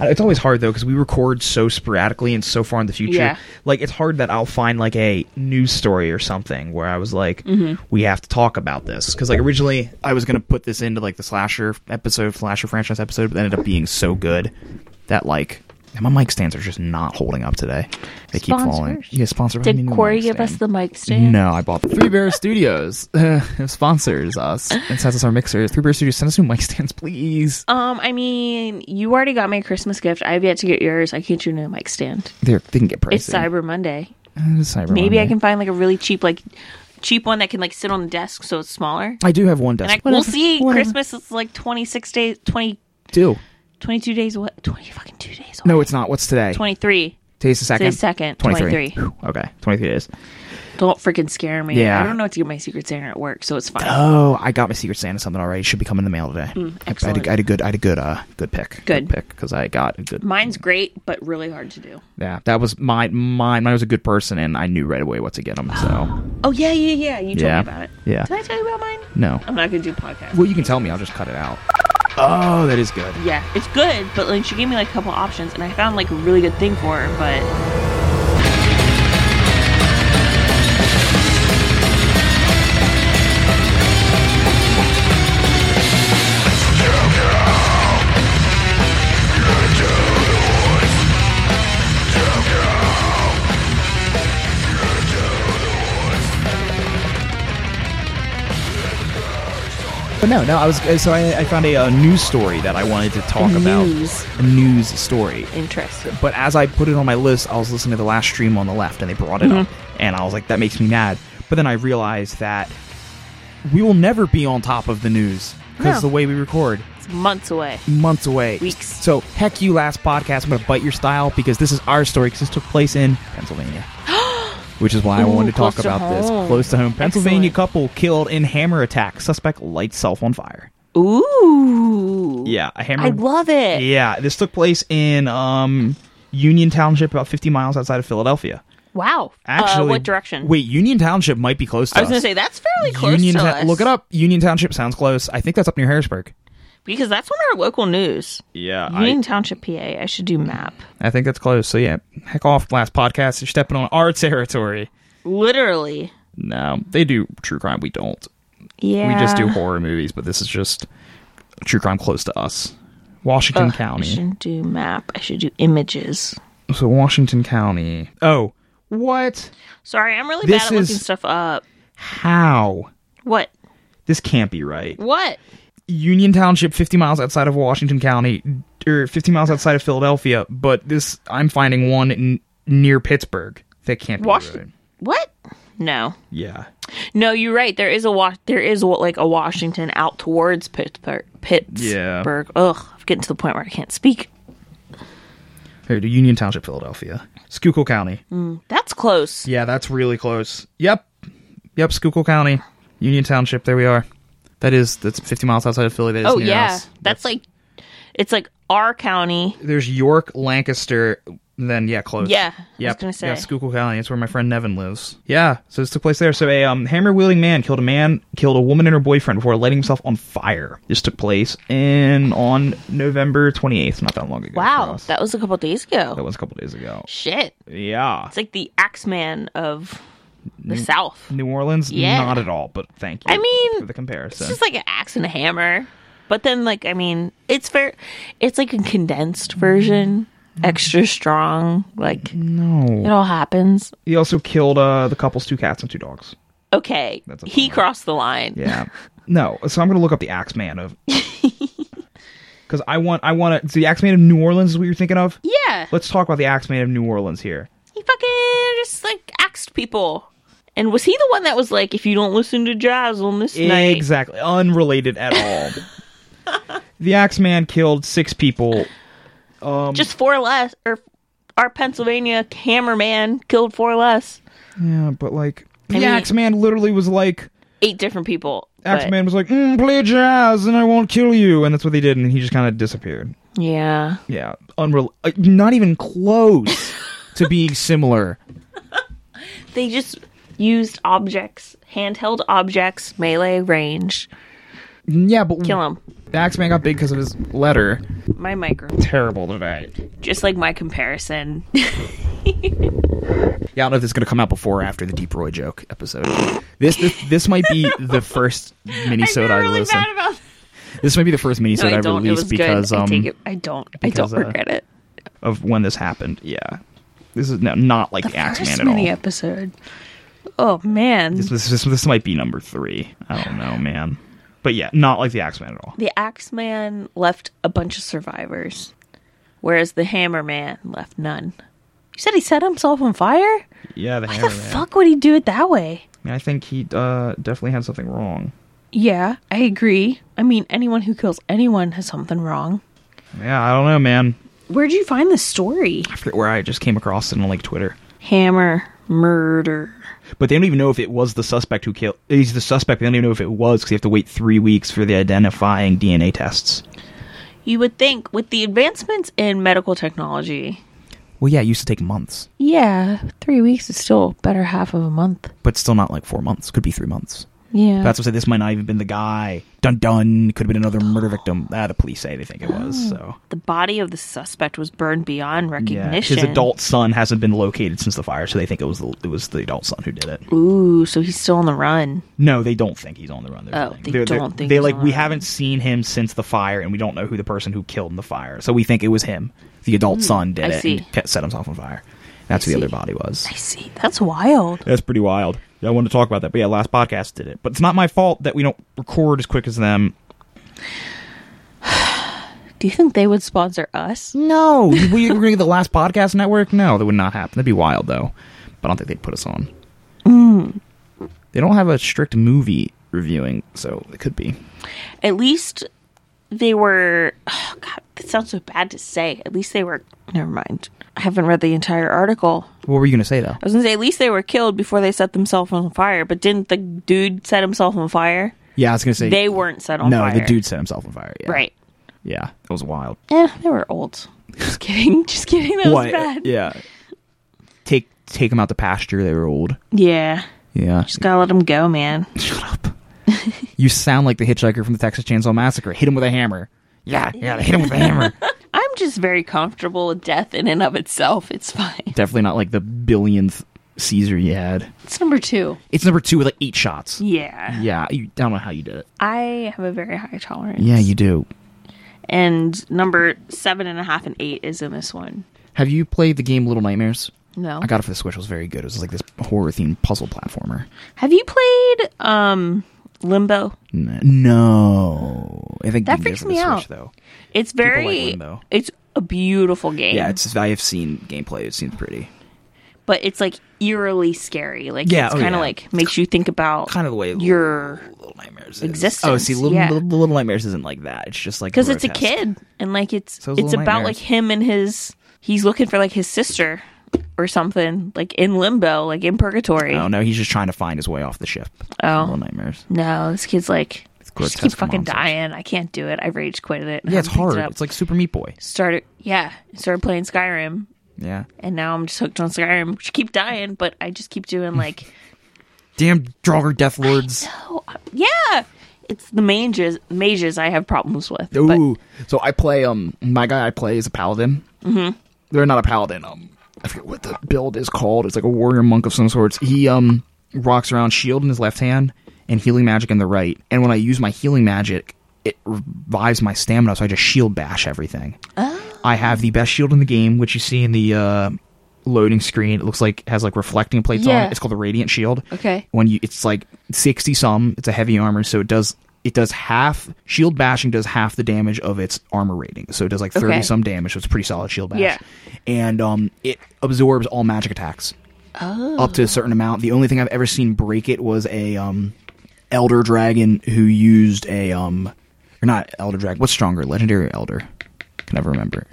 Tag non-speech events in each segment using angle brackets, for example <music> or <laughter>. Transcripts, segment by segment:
It's always hard though because we record so sporadically and so far in the future. Yeah. Like it's hard that I'll find like a news story or something where I was like, Mm-hmm. we have to talk about this because like originally I was gonna put this into like the slasher episode, slasher franchise episode, but it ended up being so good that like my mic stands are just not holding up today. They keep falling. Sponsors. Yeah, sponsor. I Did need a new Corey mic give us stand. the mic stand? No, I bought the Three Bear Studios <laughs> sponsors us and sends us our mixers. Three Bear Studios, send us new mic stands, please. Um, I mean, you already got my Christmas gift. I have yet to get yours. I can't do a mic stand. They're, they can get pricey. eh? It's Cyber Monday. It is Cyber Maybe I Monday. can find like a really cheap, like cheap one that can like sit on the desk so it's smaller. I do have one desk. And I, we'll see. Christmas is like twenty six days, 20, Do 22 days away. Twenty fucking two days away. no, it's not. What's today? twenty three. Today's the second. Today's second. 23. Whew, Okay, twenty-three days. Don't freaking scare me. Yeah. I don't know what to get my Secret Santa at work, so it's fine. Oh, I got my Secret Santa something already. Should be coming in the mail today. I- I, had Mm, a, excellent. I had a good, I had a good, uh, good pick. Good. pick because I got a good. Mine's great, but really hard to do. yeah, that was my mine. Mine was a good person, and I knew right away what to get him. So Oh yeah, yeah, yeah. You told Yeah. me about it. Yeah. Did I tell you about mine? no. I'm not gonna do podcast. Well, you can tell me. I'll just cut it out. Oh, that is good. Yeah, it's good, but like she gave me like a couple options, and I found like a really good thing for her. But But no, no, I was so I, I found a, uh news story that I wanted to talk News. about. A news story. interesting. But as I put it on my list, I was listening to the last stream on the left, and they brought it up, Mm-hmm. and I was like, that makes me mad. But then I realized that we will never be on top of the news because No. the way we record, It's months away. months away, Weeks. So heck, you last podcast, I'm gonna bite your style because this is our story because this took place in Pennsylvania. <gasps> Which is why I Ooh, wanted to talk close to about this. home. Close to home. Pennsylvania Excellent. couple killed in hammer attack. Suspect lights self on fire. Ooh. Yeah, a hammer. I love it. Yeah, this took place in um, Union Township, about 50 miles outside of Philadelphia. Wow. Actually, uh, what direction? Wait, Union Township might be close. To I was gonna us. say that's fairly close Union to Ta- us. Look it up. Union Township sounds close. I think that's up near Harrisburg. because that's on our local news. Yeah, Union Township, PA. I should do map. I think that's close. So yeah, heck off. Last podcast, you're stepping on our <laughs> territory. Literally. No, they do true crime. We don't. Yeah. We just do horror movies. But this is just true crime close to us. Washington County. I shouldn't do map. I should do images. So Washington County. Oh, what? Sorry, I'm really This bad at looking is- stuff up. How? What? This can't be right. What? Union Township, 50 miles outside of Washington County, or 50 miles outside of Philadelphia, but this I'm finding one in, near Pittsburgh. That can't be right. Washington. What? No. Yeah. No, you're right. There is a wa- there is wa- like a Washington out towards Pittsburgh. Pittsburgh. Ugh, I'm getting to the point where I can't speak. Here, to Union Township, Philadelphia. Schuylkill County. That's close. Yeah, that's really close. Yep. Yep, Schuylkill County, Union Township. There we are. That is that's 50 miles outside of Philly. That is oh near yeah, us. that's, like it's like our county. There's York, Lancaster, then yeah, close. Yeah, I was Yep. gonna say. Yeah, Schuylkill County. It's where my friend Nevin lives. Yeah. So this took place there. So a um, hammer wielding man killed a man, killed a woman and her boyfriend before lighting himself on fire. This took place in on November 28th, not that long ago. for Wow, us. that was a couple days ago. that was a couple days ago. Shit, Yeah. it's like the Axeman of the Mm. South. New Orleans, Yeah. not at all. But thank you. I mean, for the It's comparison. just like an axe and a hammer. But then, like, I mean, it's fair. It's like a condensed version, extra strong. Like, it Mm-hmm. no. all happens. He also killed uh, the couple's two cats and two dogs. Okay, That's a he bummer. crossed the line. Yeah. No. So I'm gonna look up the Axeman <laughs> of. Because I want, I want to. So the Axeman of New Orleans is what you're thinking of. Yeah. Let's talk about the Axeman of New Orleans here. He fucking just like axed people. And was he the one that was like, if you don't listen to jazz on this night? Exactly, unrelated at all. <laughs> the Axeman killed six people. um, Just four less. Or our Pennsylvania hammerman killed four less. Yeah, but like the I mean- Axeman literally was like, Eight different people. but- Axeman was like, mm, play jazz and I won't kill you, and that's what they did, and he just kind of disappeared. Yeah. Yeah, unrel, uh, not even close to being <laughs> similar. They just used objects, handheld objects, melee range. Yeah, but Kill him. Axeman got big because of his letter. My micro, Terrible today. just like my comparison. <laughs> Yeah, I don't know if this is going to come out before or after the Deep Roy joke episode. This this, this might be the <laughs> first minisode I, really listen. bad about. This might be the first minisode No, I I, don't. It release was because good. I um take it. I don't. because, I don't uh, regret it. of when this happened. Yeah, this is no, not like the, Axeman First at all. mini episode. Oh man, This, this, this, this might be number three. I don't know, man. But yeah, not like the Axeman at all. the Axeman left a bunch of survivors, whereas the Hammerman left none. You said he set himself on fire. Oh, Yeah, the Why Hammer the Man. fuck would he do it that way? I, mean, I think he uh, definitely had something wrong. Yeah, I agree. I mean, anyone who kills anyone has something wrong. Yeah, I don't know, man. Where'd you find this story? I forget where I just came across it on like Twitter. Hammer murder. But they don't even know if it was the suspect who killed. He's the suspect. They don't even know if it was because you have to wait three weeks for the identifying DNA tests. You would think with the advancements in medical technology. Well, yeah, it used to take months, Yeah, three weeks is still better half of a month. but still not like four months. Could be three months. Yeah. That's what I said. This might not even been the guy. Dun dun. Could have been another murder victim. Ah, the police say they think it was. So the body of the suspect was burned beyond yeah, recognition. his adult son hasn't been located since the fire, so they think it was the it was the adult son who did it. Ooh, so he's still on the run. No, they don't think he's on the run. Oh, they don't think they he's like on we the run. haven't seen him since the fire, and we don't know who the person who killed in the fire. So we think it was him. The adult son did Hmm, I it see. and kept- set himself on fire. That's who the see. other body was. I see. That's wild. That's pretty wild. Yeah, I wanted to talk about that, but yeah, last podcast did it. But it's not my fault that we don't record as quick as them. Do you think they would sponsor us? No, we were going to the last podcast network. No, that would not happen. That'd be wild though. But I don't think they'd put us on. Mm. They don't have a strict movie reviewing, so it could be. At least they were. Oh God, that sounds so bad to say. At least they were. Never mind. I haven't read the entire article. What were you going to say though? I was gonna say at least they were killed before they set themselves on fire. But didn't the dude set himself on fire? Yeah, I was going to say They weren't set on no, fire. the dude set himself on fire. Yeah. Right. Yeah, it was wild. Eh, they were old. Just <laughs> kidding. Just kidding. That was bad. Yeah. Take take them out to pasture. They were old. Yeah. Yeah. Just gotta let them go, man. <laughs> Shut up. you sound like the hitchhiker from the Texas Chainsaw Massacre. Hit him with a hammer. Yeah, yeah, hit him with a hammer. <laughs> I'm just very comfortable with death in and of itself. It's fine. Definitely not like the billionth Caesar you had. It's number two. It's number two with like eight shots. Yeah. Yeah, you, I don't know how you did it. I have a very high tolerance. Yeah, you do. And number seven and a half and eight is in this one. Have you played the game Little Nightmares? No. I got it for the Switch. It was very good. It was like this horror themed puzzle platformer. Have you played um Limbo? N- No, I think you That can get it freaks for the me Switch, out. Though It's like very Limbo. it's a beautiful game. Yeah, it's I have seen gameplay. It seems pretty. but it's like eerily scary. Like Yeah, it's oh, kinda yeah. like makes you think about Kind of the way your Little Nightmares is. Existence, Oh, see, little, yeah. little Little Nightmares isn't like that. It's just like because it's a grotesque. kid and like it's So is it's Little about like Nightmares. him and his he's looking for like his sister or something like in limbo like in purgatory Oh no, he's just trying to find his way off the ship. Oh. Little Nightmares. no this kid's like I just keep grotesque fucking monsters. dying i can't do it i rage quitted it Yeah, it's hard. It It's like Super Meat Boy. started yeah started playing skyrim Yeah. and now i'm just hooked on skyrim <laughs> which keep dying but i just <laughs> keep doing like Damn Draugr Death Lords. oh uh, yeah it's the mages mages i have problems with but Ooh. So I play um my guy I play is a paladin. Mm-hmm. They're not a paladin. Um, I forget what the build is called. It's like a warrior monk of some sorts. He um rocks around shield in his left hand and healing magic in the right. And when I use my healing magic, it revives my stamina, so I just shield bash everything. I have the best shield in the game, which you see in the uh, loading screen. It looks like has like reflecting plates on Yeah. it. It's called the Radiant Shield. Okay. When you, it's like sixty some. It's a heavy armor, so it does it does half shield bashing does half the damage of its armor rating. So it does like thirty Okay. some damage. So it's a pretty solid shield bash. Yeah. And um, it absorbs all magic attacks Oh. up to a certain amount. The only thing I've ever seen break it was a um, elder dragon who used a um, or not elder dragon. What's stronger, legendary or elder? Can never remember.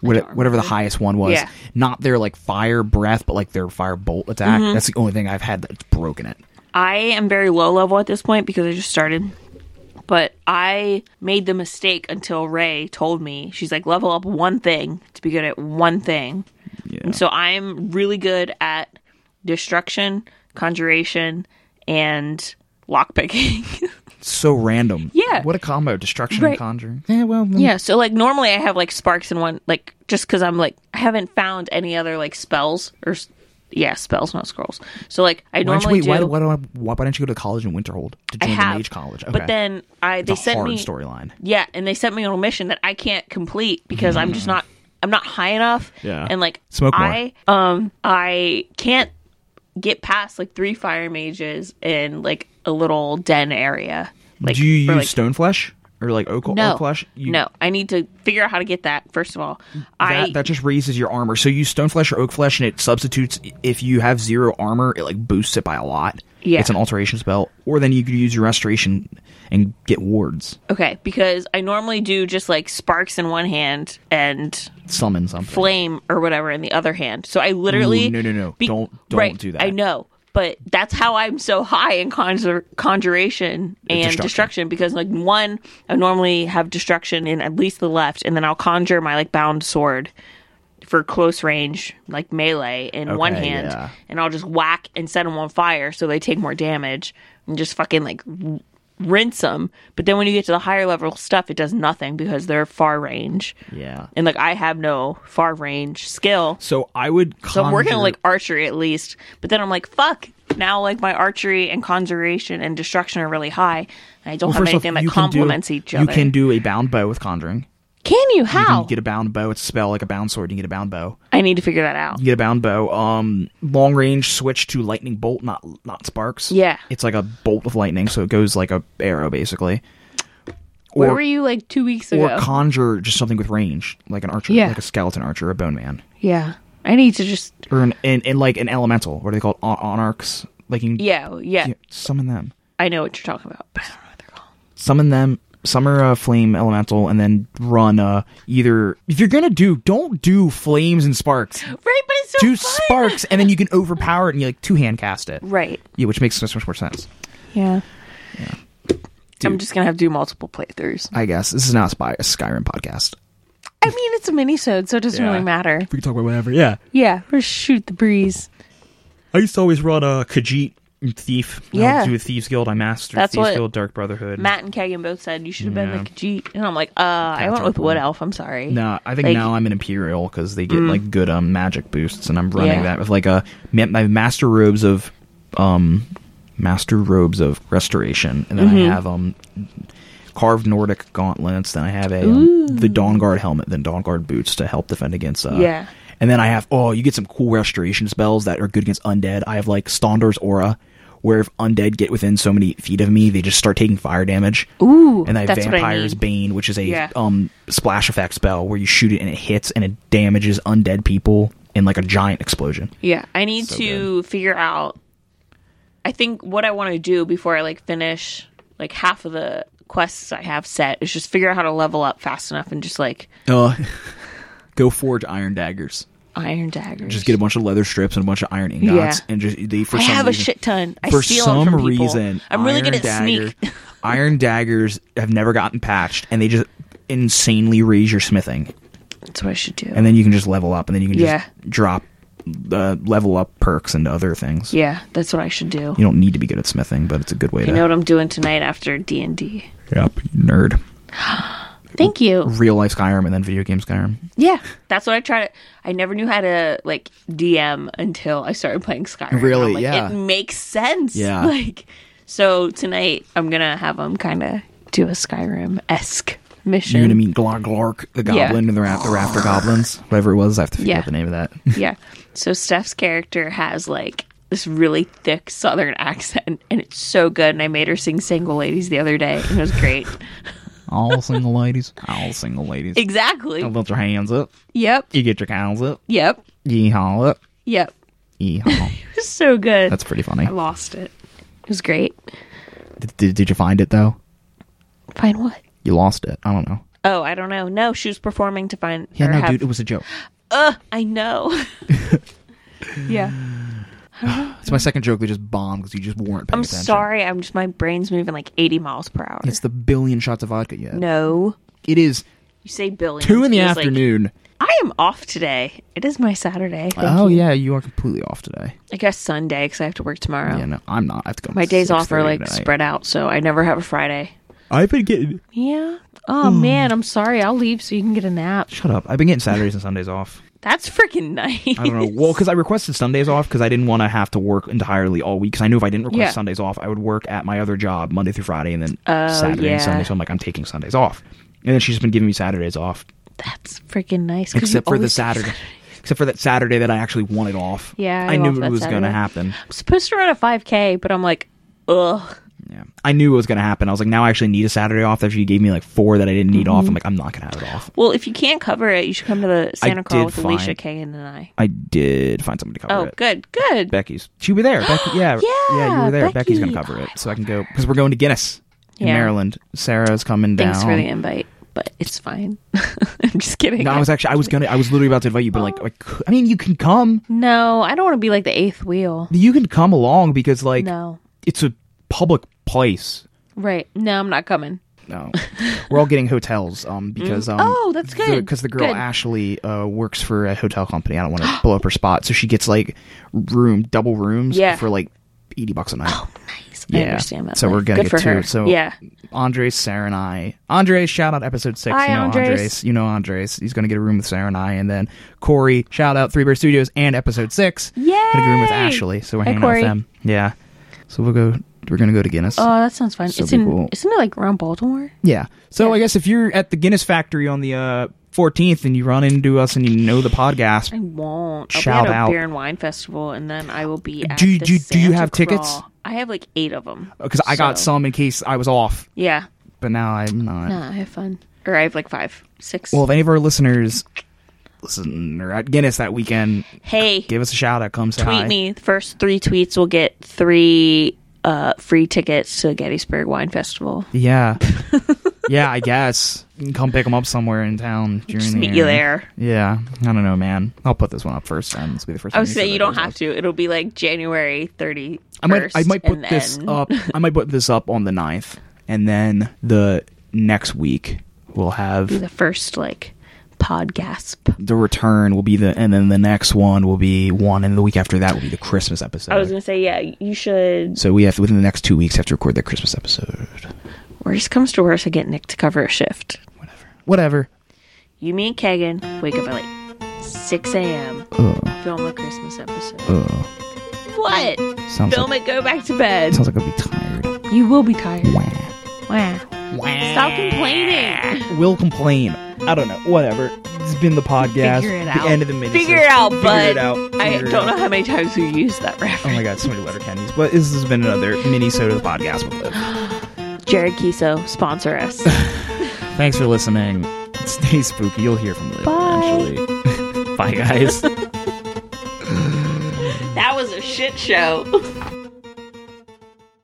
What, whatever the highest one was, Yeah. not their like fire breath, but like their fire bolt attack. Mm-hmm. That's the only thing I've had that's broken it. I am very low level at this point because I just started. But I made the mistake until Ray told me she's like level up one thing to be good at one thing. Yeah. And so I'm really good at destruction, conjuration, and lockpicking. <laughs> so random. Yeah. What a combo. Destruction Right. and conjuring. Yeah, well, then- Yeah, so like normally I have like sparks in one, like just because I'm like I haven't found any other like spells or s- yeah spells, not scrolls. So like I Why don't, you, normally wait, do. why, why, don't I, why don't you go to college in Winterhold to I join have the Mage College? Okay. but then I they It's a sent hard me storyline. yeah, and they sent me on a mission that I can't complete because I'm just not I'm not high enough. Yeah. and like Smoke more. I um I can't get past like three fire mages in like a little den area. Like Do you use for, like, Stoneflesh or like Oak, no, oak Flesh? You, no, I need to figure out how to get that first of all. I That, that just raises your armor. So you use Stoneflesh or Oak Flesh, and it substitutes. If you have zero armor, it like boosts it by a lot. Yeah. It's an alteration spell. Or then you could use your restoration and get wards. Okay, because I normally do just like sparks in one hand and Summon something. flame or whatever in the other hand. So I literally Ooh, no, no, no. Don't- don't right, do that. I know, but that's how I'm so high in conjur- conjuration and destruction. Destruction. because like one, I normally have destruction in at least the left, and then I'll conjure my like bound sword for close range like melee in one Okay, hand, yeah. and I'll just whack and set them on fire so they take more damage and just fucking like rinse them. But then when you get to the higher level stuff, it does nothing because they're far range. yeah. And like I have no far range skill. So I would. Conjure, So I'm working on like archery at least. But then I'm like, fuck. Now like my archery and conjuration and destruction are really high. And I don't have First off, anything that you can do- complements each other. You can do a bound bow with conjuring. Can you? How? You get a bound bow. It's a spell like a bound sword. You get a bound bow. I need to figure that out. You get a bound bow. Um, long range switch to lightning bolt, not not sparks. Yeah. It's like a bolt of lightning, so it goes like a arrow basically. Where or- were you like two weeks Or ago? conjure just something with range, like an archer, Yeah. like a skeleton archer, a bone man, yeah. I need to just or an and, and like an elemental. What are they called? On- Onarchs. Like you can yeah, yeah. yeah, summon them. I know what you're talking about, <laughs> but I don't know what they're called. summon them summer uh, flame elemental and then run uh either if you're gonna do don't do flames and <gasps> sparks Right, but it's so do fun. sparks and then you can overpower it and you like two hand cast it Right. yeah which makes so much more sense Yeah. I'm Dude. just gonna have to do multiple playthroughs. i guess this is not a, spy, a skyrim podcast I mean, it's a minisode, so it doesn't Yeah. really matter. we can talk about whatever yeah Yeah, or shoot the breeze. i used to always run a uh, khajiit and thief I would Yeah. do a thieves guild i mastered That's thieves what- guild dark brotherhood Matt and Kagan both said you should have been Yeah. like Jeet, and I'm like, uh, I went our with Wood plan. Elf. I'm sorry. No, I think Like- Mm. now I'm an Imperial because they get like good um magic boosts, and I'm running Yeah. that with like a ma- my master robes of um master robes of restoration, and then Mm-hmm. I have um carved Nordic gauntlets. Then I have a um, the Dawn Guard helmet, then Dawn Guard boots to help defend against. Uh, Yeah. and then I have oh, you get some cool restoration spells that are good against undead. I have like Stondor's aura. Where if undead get within so many feet of me, they just start taking fire damage. Ooh, and I have that's what I Vampire's need. Bane, which is a Yeah. um splash effect spell where you shoot it and it hits and it damages undead people in like a giant explosion. Yeah, I need So to figure out. I think what I want to do before I like finish like half of the quests I have set is just figure out how to level up fast enough and just like Uh, <laughs> go forge iron daggers. iron daggers. Just get a bunch of leather strips and a bunch of iron ingots, Yeah. and just they for I some have a reason, shit ton. I for steal some them from people. reason I'm really good iron at dagger- sneak. iron daggers have never gotten patched, and they just insanely raise your smithing, <laughs> That's what I should do. and then you can just level up, and then you can just Yeah. drop uh, level up perks into other things. yeah, that's what I should do. You don't need to be good at smithing, but it's a good way You to know what I'm doing tonight after D and D. Yep, nerd. Thank you. Real life Skyrim and then video game Skyrim. Yeah, that's what I try to. I never knew how to like DM until I started playing Skyrim. Really? I'm like, Yeah. It makes sense. Yeah. <laughs> Like, so tonight I'm gonna have them kind of do a Skyrim esque mission. You're gonna meet Gloglark, the Yeah. goblin, and the, ra- the rafter goblins, whatever it was. I have to figure Yeah. out the name of that. yeah. So Steph's character has like this really thick Southern accent, and it's so good. And I made her sing "Single Ladies" the other day, and it was <laughs> great. <laughs> All single ladies. All single ladies. exactly. You lift your hands up. Yep. You get your cows up. Yep. Yeehaw up. Yep. Yeehaw. It was so good. That's pretty funny. I lost it. It was great. Did, did, did you find it though? Find what? You lost it. I don't know. Oh, I don't know. No, she was performing to find. Yeah, or no, have- dude, it was a joke. Ugh, <laughs> I know. yeah, It's my second joke. They just bombed because you just weren't paying I'm attention. sorry. I'm just my brain's moving like 80 miles per hour. It's the billion shots of vodka yet. no, It is you say billion. two in the afternoon. I am off today. It is my Saturday. Thank oh you. yeah, you are completely off today. I guess Sunday because I have to work tomorrow. Yeah, no, I'm not. I have to go. Oh. My days off are like spread. spread out, so I never have a Friday. I've been getting Yeah. Oh Hmm. man, I'm sorry. I'll leave so you can get a nap. shut up. I've been getting Saturdays and Sundays off. That's freaking <laughs> nice. I don't know. Well, because I requested Sundays off because I didn't want to have to work entirely all week. Because I knew if I didn't request Yeah. Oh, Sundays off, I would work at my other job Monday through Friday and then Saturday yeah. and Sunday. So I'm like, I'm taking Sundays off. And then she's just been giving me Saturdays off, That's freaking nice. 'cause you except for the always- <laughs> Saturday, except for that Saturday that I actually wanted off. Yeah, I I, knew love it that was going to Saturday. happen. I'm supposed to run a 5K, but I'm like, ugh. Yeah, I knew it was going to happen. I was like, now I actually need a Saturday off. After you gave me like four that I didn't need Mm-hmm. off, I'm like, I'm not going to have it off. Well, if you can't cover it, you should come to the Santa Claus did with Alicia find- Kane and I. I did find somebody to cover Oh, it. good, good. Becky's. She'll be <gasps> there. Becky, yeah, Yeah, you were there. Becky's gonna Becky. cover it, so I can go because we're going to Guinness in Yeah. Maryland. Sarah's coming down. Thanks for the invite, but it's fine. <laughs> I'm just kidding. no, I was actually, I was gonna, I was literally about to invite you, but like, Oh. I, cou- I mean, you can come, No, I don't want to be like the eighth wheel. you can come along because like, No. it's a public place. Right. No, I'm not coming. <laughs> No, we're all getting hotels, um, because um, Oh, that's good. because the, girl Good. Ashley uh works for a hotel company. I don't want <gasps> to blow up her spot, so she gets like room double rooms Yeah. for like eighty bucks a night. Nice. I understand that. So we're life. gonna get Good for two. her. So yeah. Andres, Sarah, and I. Andres, shout out episode six. Hi, you know Andres. You know Andres. He's gonna get a room with Sarah and I, and then Corey, shout out Three Bear Studios and episode six. Yay! Gonna get a room with Ashley. So we're Hey, hanging out Corey. with them. Yeah. So we'll go. We're gonna go to Guinness. Oh, that sounds fun. So it's in. we will- Isn't it like around Baltimore? yeah. So I guess if you're at the Guinness factory on the uh, 14th and you run into us and you know the podcast, I won't. I'll Shout be at a out. beer and wine festival, and then I will be. At Do you- the do you- do you Santa have tickets? Claus. I have like eight of them. because I got So- some in case I was off, Yeah. but now I'm not. Nah, I have fun. Or I have like five, six. Well, if any of our listeners listen are at Guinness that weekend, hey, tweet give us a shout out. Come say hi. me. The first three tweets will get three uh, free tickets to Gettysburg Wine Festival. <laughs> Yeah. yeah, I guess. You can come pick them up somewhere in town during Just the meet year. you there. Yeah. I don't know, man. I'll put this one up first and this will be the first I one was you saying said you that don't goes have up. to. It'll be like January thirty. I might I might put and this then- up I might put this up on the 9th and then the next week we'll have The first like pod gasp. the return will be the and then the next one will be one and the week after that will be the Christmas episode. I was gonna say yeah. You should so we have within the next 2 weeks have to record the Christmas episode. Worst comes to worst, I get Nick to cover a shift. Whatever. Whatever. You, me, and Kagan wake up at like 6 a.m. Uh, Film a Christmas episode. What? Sounds Film like, it, go back to bed. sounds like I'll be tired. You will be tired. Wah. Wow. Wah. Stop complaining. we will complain. I don't know. Whatever. It's been the podcast. Figure it The out. end of the minute. Figure it out, bud. it out. I Figure it don't out. know how many times we used that Oh reference. my god, so many letter candies. But this has been another mini soda of the podcast. with Liv. <gasps> Jared Kiso, <laughs> sponsor us. Thanks for listening. Stay spooky. You'll hear from Liv Bye. <laughs> <laughs> eventually. Bye guys. that was a shit show.